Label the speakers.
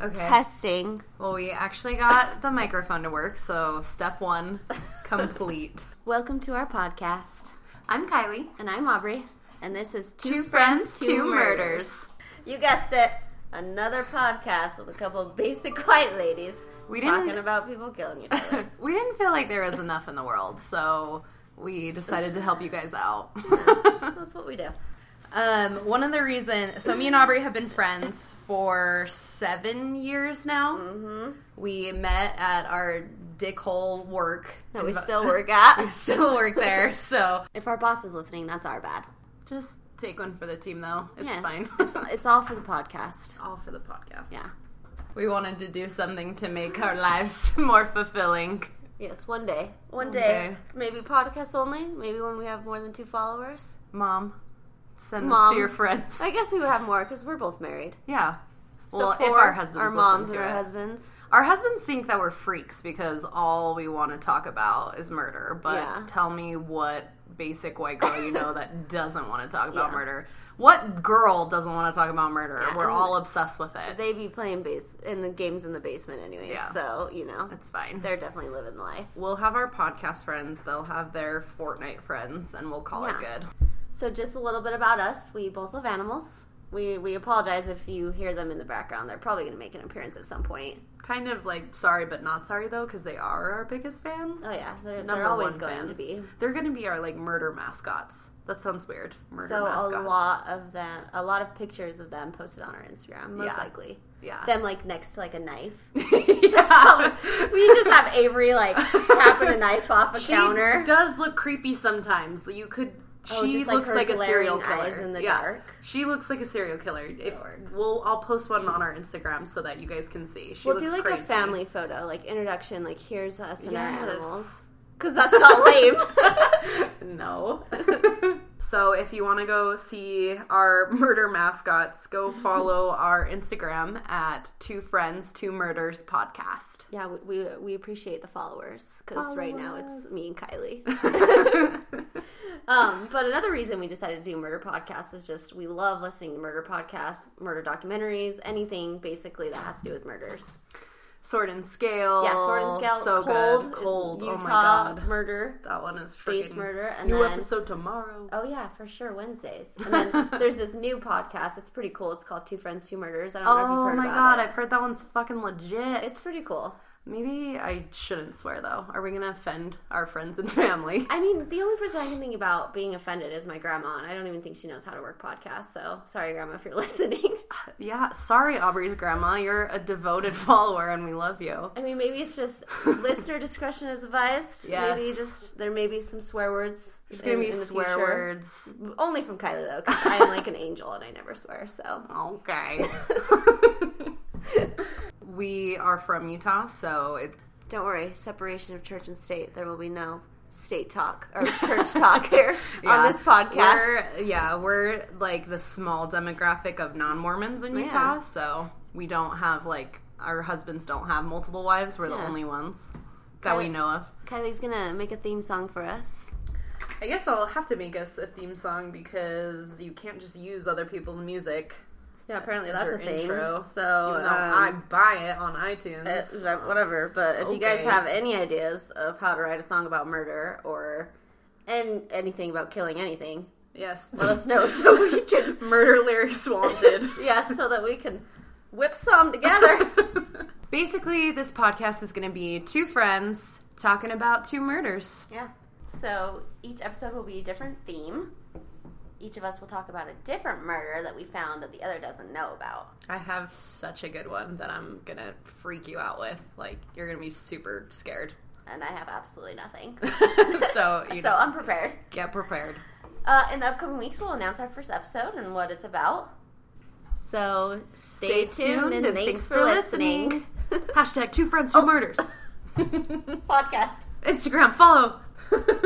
Speaker 1: Okay.
Speaker 2: Testing.
Speaker 1: Well, we actually got the microphone to work, so step one complete.
Speaker 2: Welcome to our podcast.
Speaker 1: I'm Kylie.
Speaker 2: And I'm Aubrey. And this is
Speaker 1: Two friends, two murders.
Speaker 2: You guessed it. Another podcast with a couple of basic white ladies
Speaker 1: We
Speaker 2: talking
Speaker 1: didn't-
Speaker 2: about people killing each other.
Speaker 1: We didn't feel like there was enough in the world, so we decided to help you guys out.
Speaker 2: That's what we do.
Speaker 1: um, one of the reasons, so me and Aubrey have been friends for seven years now. We met at our dickhole work.
Speaker 2: That we
Speaker 1: Inv-
Speaker 2: still work at.
Speaker 1: we still work there, so
Speaker 2: If our boss is listening, that's our bad.
Speaker 1: just take one for the team, though. It's
Speaker 2: Yeah.
Speaker 1: fine.
Speaker 2: it's, it's all for the podcast.
Speaker 1: all for the podcast.
Speaker 2: Yeah.
Speaker 1: We wanted to do something to make our lives more fulfilling.
Speaker 2: Yes, one day. One,
Speaker 1: One
Speaker 2: day.
Speaker 1: day.
Speaker 2: Maybe podcast only. Maybe when we have more than two followers.
Speaker 1: Mom, send this
Speaker 2: Mom.
Speaker 1: to your friends.
Speaker 2: I guess we would have more because we're both married.
Speaker 1: yeah.
Speaker 2: So
Speaker 1: well, if
Speaker 2: four,
Speaker 1: our husbands
Speaker 2: our
Speaker 1: listen
Speaker 2: moms,
Speaker 1: to
Speaker 2: and our
Speaker 1: it.
Speaker 2: husbands.
Speaker 1: Our husbands think that we're freaks because all we want to talk about is murder. But
Speaker 2: Yeah.
Speaker 1: tell me what basic white girl you know that doesn't want to talk about
Speaker 2: Yeah.
Speaker 1: murder. What girl doesn't want to talk about murder?
Speaker 2: Yeah,
Speaker 1: we're
Speaker 2: and
Speaker 1: all obsessed with it.
Speaker 2: They be playing base in the games in the basement anyway.
Speaker 1: Yeah.
Speaker 2: So you know,
Speaker 1: it's fine.
Speaker 2: they're definitely living the life.
Speaker 1: We'll have our podcast friends, they'll have their Fortnite friends, and we'll call it
Speaker 2: Yeah.
Speaker 1: good.
Speaker 2: So just a little bit about us. We both love animals. We we apologize if you hear them in the background. They're probably going to make an appearance at some point.
Speaker 1: Kind of like sorry, but not sorry though, because they are our biggest fans.
Speaker 2: Oh yeah, they're,
Speaker 1: Number
Speaker 2: they're always
Speaker 1: one
Speaker 2: going
Speaker 1: fans.
Speaker 2: to be.
Speaker 1: They're going to be our like murder mascots. That sounds weird. Murder
Speaker 2: So
Speaker 1: mascots.
Speaker 2: a lot of them, a lot of pictures of them posted on our Instagram, most
Speaker 1: Yeah.
Speaker 2: likely.
Speaker 1: Yeah.
Speaker 2: Them like next to like a knife.
Speaker 1: That's
Speaker 2: we just have Avery like tapping a knife off a
Speaker 1: she
Speaker 2: counter.
Speaker 1: does look creepy sometimes. You could.
Speaker 2: Oh,
Speaker 1: she
Speaker 2: just, like,
Speaker 1: looks
Speaker 2: her
Speaker 1: like a serial
Speaker 2: glaring
Speaker 1: killer.
Speaker 2: eyes in the
Speaker 1: yeah.
Speaker 2: dark.
Speaker 1: She looks like a serial killer. If
Speaker 2: Dark.
Speaker 1: we'll, I'll post one on our Instagram so that you guys can see. She
Speaker 2: We'll do
Speaker 1: looks
Speaker 2: like
Speaker 1: crazy.
Speaker 2: a family photo, like introduction, like here's us and
Speaker 1: Yes.
Speaker 2: our animals. Because that's not lame.
Speaker 1: no. so if you want to go see our murder mascots, go follow our Instagram at Two Friends Two Murders Podcast.
Speaker 2: yeah, we, we, we appreciate the followers because right now it's me and Kylie.
Speaker 1: yeah,
Speaker 2: um, but another reason we decided to do murder podcasts is just we love listening to murder podcasts, murder documentaries, anything basically that has to do with murders.
Speaker 1: Sword and Scale.
Speaker 2: Yeah, Sword and Scale,
Speaker 1: Oh, So
Speaker 2: Cold,
Speaker 1: good. Cold.
Speaker 2: Utah
Speaker 1: oh my god.
Speaker 2: murder.
Speaker 1: That one is freaking
Speaker 2: Base murder, and
Speaker 1: new
Speaker 2: then-
Speaker 1: episode tomorrow.
Speaker 2: Oh yeah, for sure Wednesdays. And then there's this new podcast. It's pretty cool. It's called Two Friends, Two Murders. I don't know if you've
Speaker 1: Oh
Speaker 2: heard
Speaker 1: my
Speaker 2: about
Speaker 1: god, I've
Speaker 2: it.
Speaker 1: heard that one's fucking legit.
Speaker 2: It's pretty cool.
Speaker 1: Maybe I shouldn't swear though. Are we gonna offend our friends and family?
Speaker 2: I mean, the only person I can think about being offended is my grandma, and I don't even think she knows how to work podcasts. So sorry, grandma, if you're listening.
Speaker 1: Yeah, sorry, Aubrey's grandma. You're a devoted follower, and we love you.
Speaker 2: I mean, maybe it's just listener discretion is advised.
Speaker 1: Yes.
Speaker 2: Maybe just there may be some swear words.
Speaker 1: There's gonna
Speaker 2: in-
Speaker 1: be
Speaker 2: in the
Speaker 1: swear
Speaker 2: future.
Speaker 1: words.
Speaker 2: Only from Kylie though, because I'm like an angel and I never swear. So
Speaker 1: Okay. we are from Utah, so it,
Speaker 2: don't worry. Separation of church and state. There will be no state talk or church talk here on this podcast.
Speaker 1: We're, yeah, we're like the small demographic of non Mormons in
Speaker 2: Yeah.
Speaker 1: Utah, so we don't have like our husbands don't have multiple wives. We're the
Speaker 2: Yeah.
Speaker 1: only ones that we
Speaker 2: Kinda-
Speaker 1: know of.
Speaker 2: Kylie's gonna make a theme song for us.
Speaker 1: I guess I'll have to make us a theme song because you can't just use other people's music.
Speaker 2: Yeah, apparently
Speaker 1: as your intro. um,
Speaker 2: So um,
Speaker 1: Even though I buy it on iTunes.
Speaker 2: Uh, uh, whatever. But if you guys
Speaker 1: Okay.
Speaker 2: have any ideas of how to write a song about murder or and anything about killing anything,
Speaker 1: yes.
Speaker 2: let us know so we can
Speaker 1: Murder lyrics wanted.
Speaker 2: yeah, so that we can whip some together.
Speaker 1: Basically, this podcast is going to be two friends talking about two murders.
Speaker 2: yeah. So each episode will be a different theme. Each of us will talk about a different murder that we found that the other doesn't know about.
Speaker 1: I have such a good one that I'm going to freak you out with. Like, you're going to be super scared.
Speaker 2: And I have absolutely nothing.
Speaker 1: so, you
Speaker 2: so
Speaker 1: know,
Speaker 2: I'm prepared.
Speaker 1: get prepared.
Speaker 2: Uh, in the upcoming weeks, we'll announce our first episode and what it's about. So stay, tuned, and thanks, for listening.
Speaker 1: Oh. Hashtag two friends, two murders.
Speaker 2: Podcast.
Speaker 1: Instagram, follow.